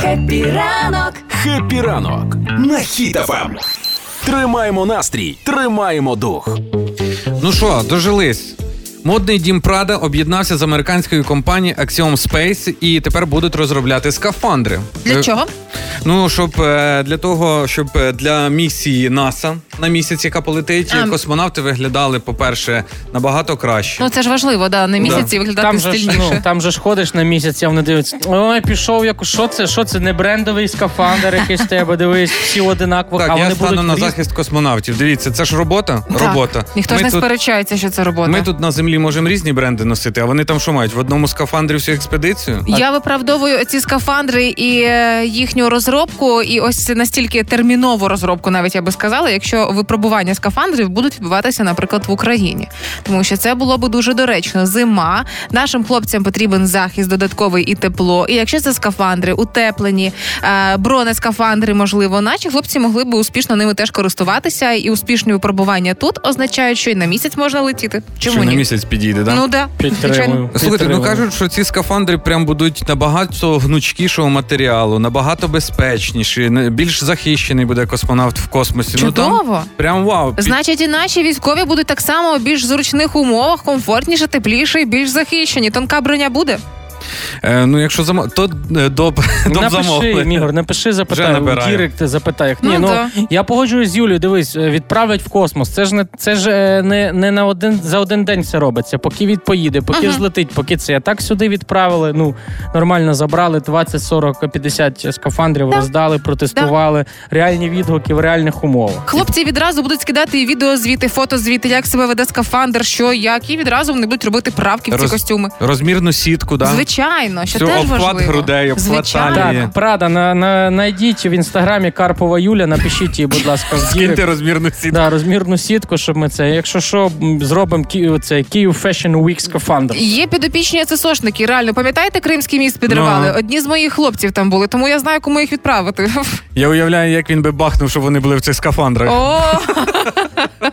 Хеппі ранок! Хеппі ранок на хітафам. Тримаємо настрій, тримаємо дух. Ну що, дожились. Модний дім Прада об'єднався з американською компанією Axiom Space і тепер будуть розробляти скафандри. Для Е, чого? Ну щоб е, для того, щоб е, для місії НАСА на місяць, яка полетить, А. космонавти виглядали, по-перше, набагато краще. Ну це ж важливо, да, на місяці виглядати Там же, ж, стильніше. ну, там же ж ходиш на місяць, а вони дивляться. Ой, пішов, як що це? Що це? Не брендовий скафандр якийсь в тебе, дивись, всі одинаково, а так, я вони стану будуть на різ- захист космонавтів. Дивіться, це ж робота. Так. ну, Робота. Ніхто ж Ми не тут- сперечається, що це робота. Ми тут на землі можемо різні бренди носити, а вони там що мають? В одному скафандрі всю експедицію? Я виправдовую ці скафандри і е, їхню розробку, і ось настільки термінову розробку, навіть я би сказала, якщо випробування скафандрів будуть відбуватися, наприклад, в Україні, тому що це було би дуже доречно. Зима нашим хлопцям потрібен захист, додатковий і тепло. І якщо це скафандри, утеплені, е, бронескафандри, можливо, наче хлопці могли би успішно ними теж користуватися, і успішні випробування тут означають, що і на місяць можна летіти. Чому Що ні? на місяць підійде, да? Ну да, звичайно. Підтримую. Слухайте, ну підтримую. кажуть, що ці скафандри прям будуть набагато гнучкішого матеріалу, набагато безпечніші, не- більш захищений буде космонавт в космосі. Ну Чудово. там прям вау. Під- Значить, і наші військові будуть так само у більш зручних умовах, комфортніше, тепліше і більш захищені. Тонка броня буде. Е, ну якщо зам... то е, доп, доп Напиши, замовлення. Мігор, напиши, Вже запитай в набираю. Дірект, запитай. їх. Ні, Ну, ну, да. я погоджуюсь з Юлією, дивись, е, відправлять в космос. Це ж не це ж е, не, не на один за один день все робиться. Поки від поїде, поки Ага. злетить, поки це. А так сюди відправили. Ну нормально забрали 20, 40, 50 скафандрів, Да. роздали, протестували. Реальні відгуки в реальних умовах. Хлопці відразу будуть скидати і відеозвіти, фотозвіти, як себе веде скафандр, що як, і відразу вони будуть робити правки в ці Роз- костюми. Розмірну сітку, да? Звичайно, що Всю теж обклад важливо. грудей, обклад Звичайно. талії. Так, Прада, на, на, найдіть в інстаграмі Карпова Юля, напишіть їй, будь ласка, в Дірект. Скиньте розмірну сітку. Да, розмірну сітку, щоб ми це. Якщо що, м, зробимо Ки- це Київ Fashion Week скафандр. Є підопічні ССОшники, реально пам'ятаєте, кримський міст підривали? Ну. Одні з моїх хлопців там були, тому я знаю, кому їх відправити. Я уявляю, як він би бахнув, щоб вони були в цих скафандрах. О,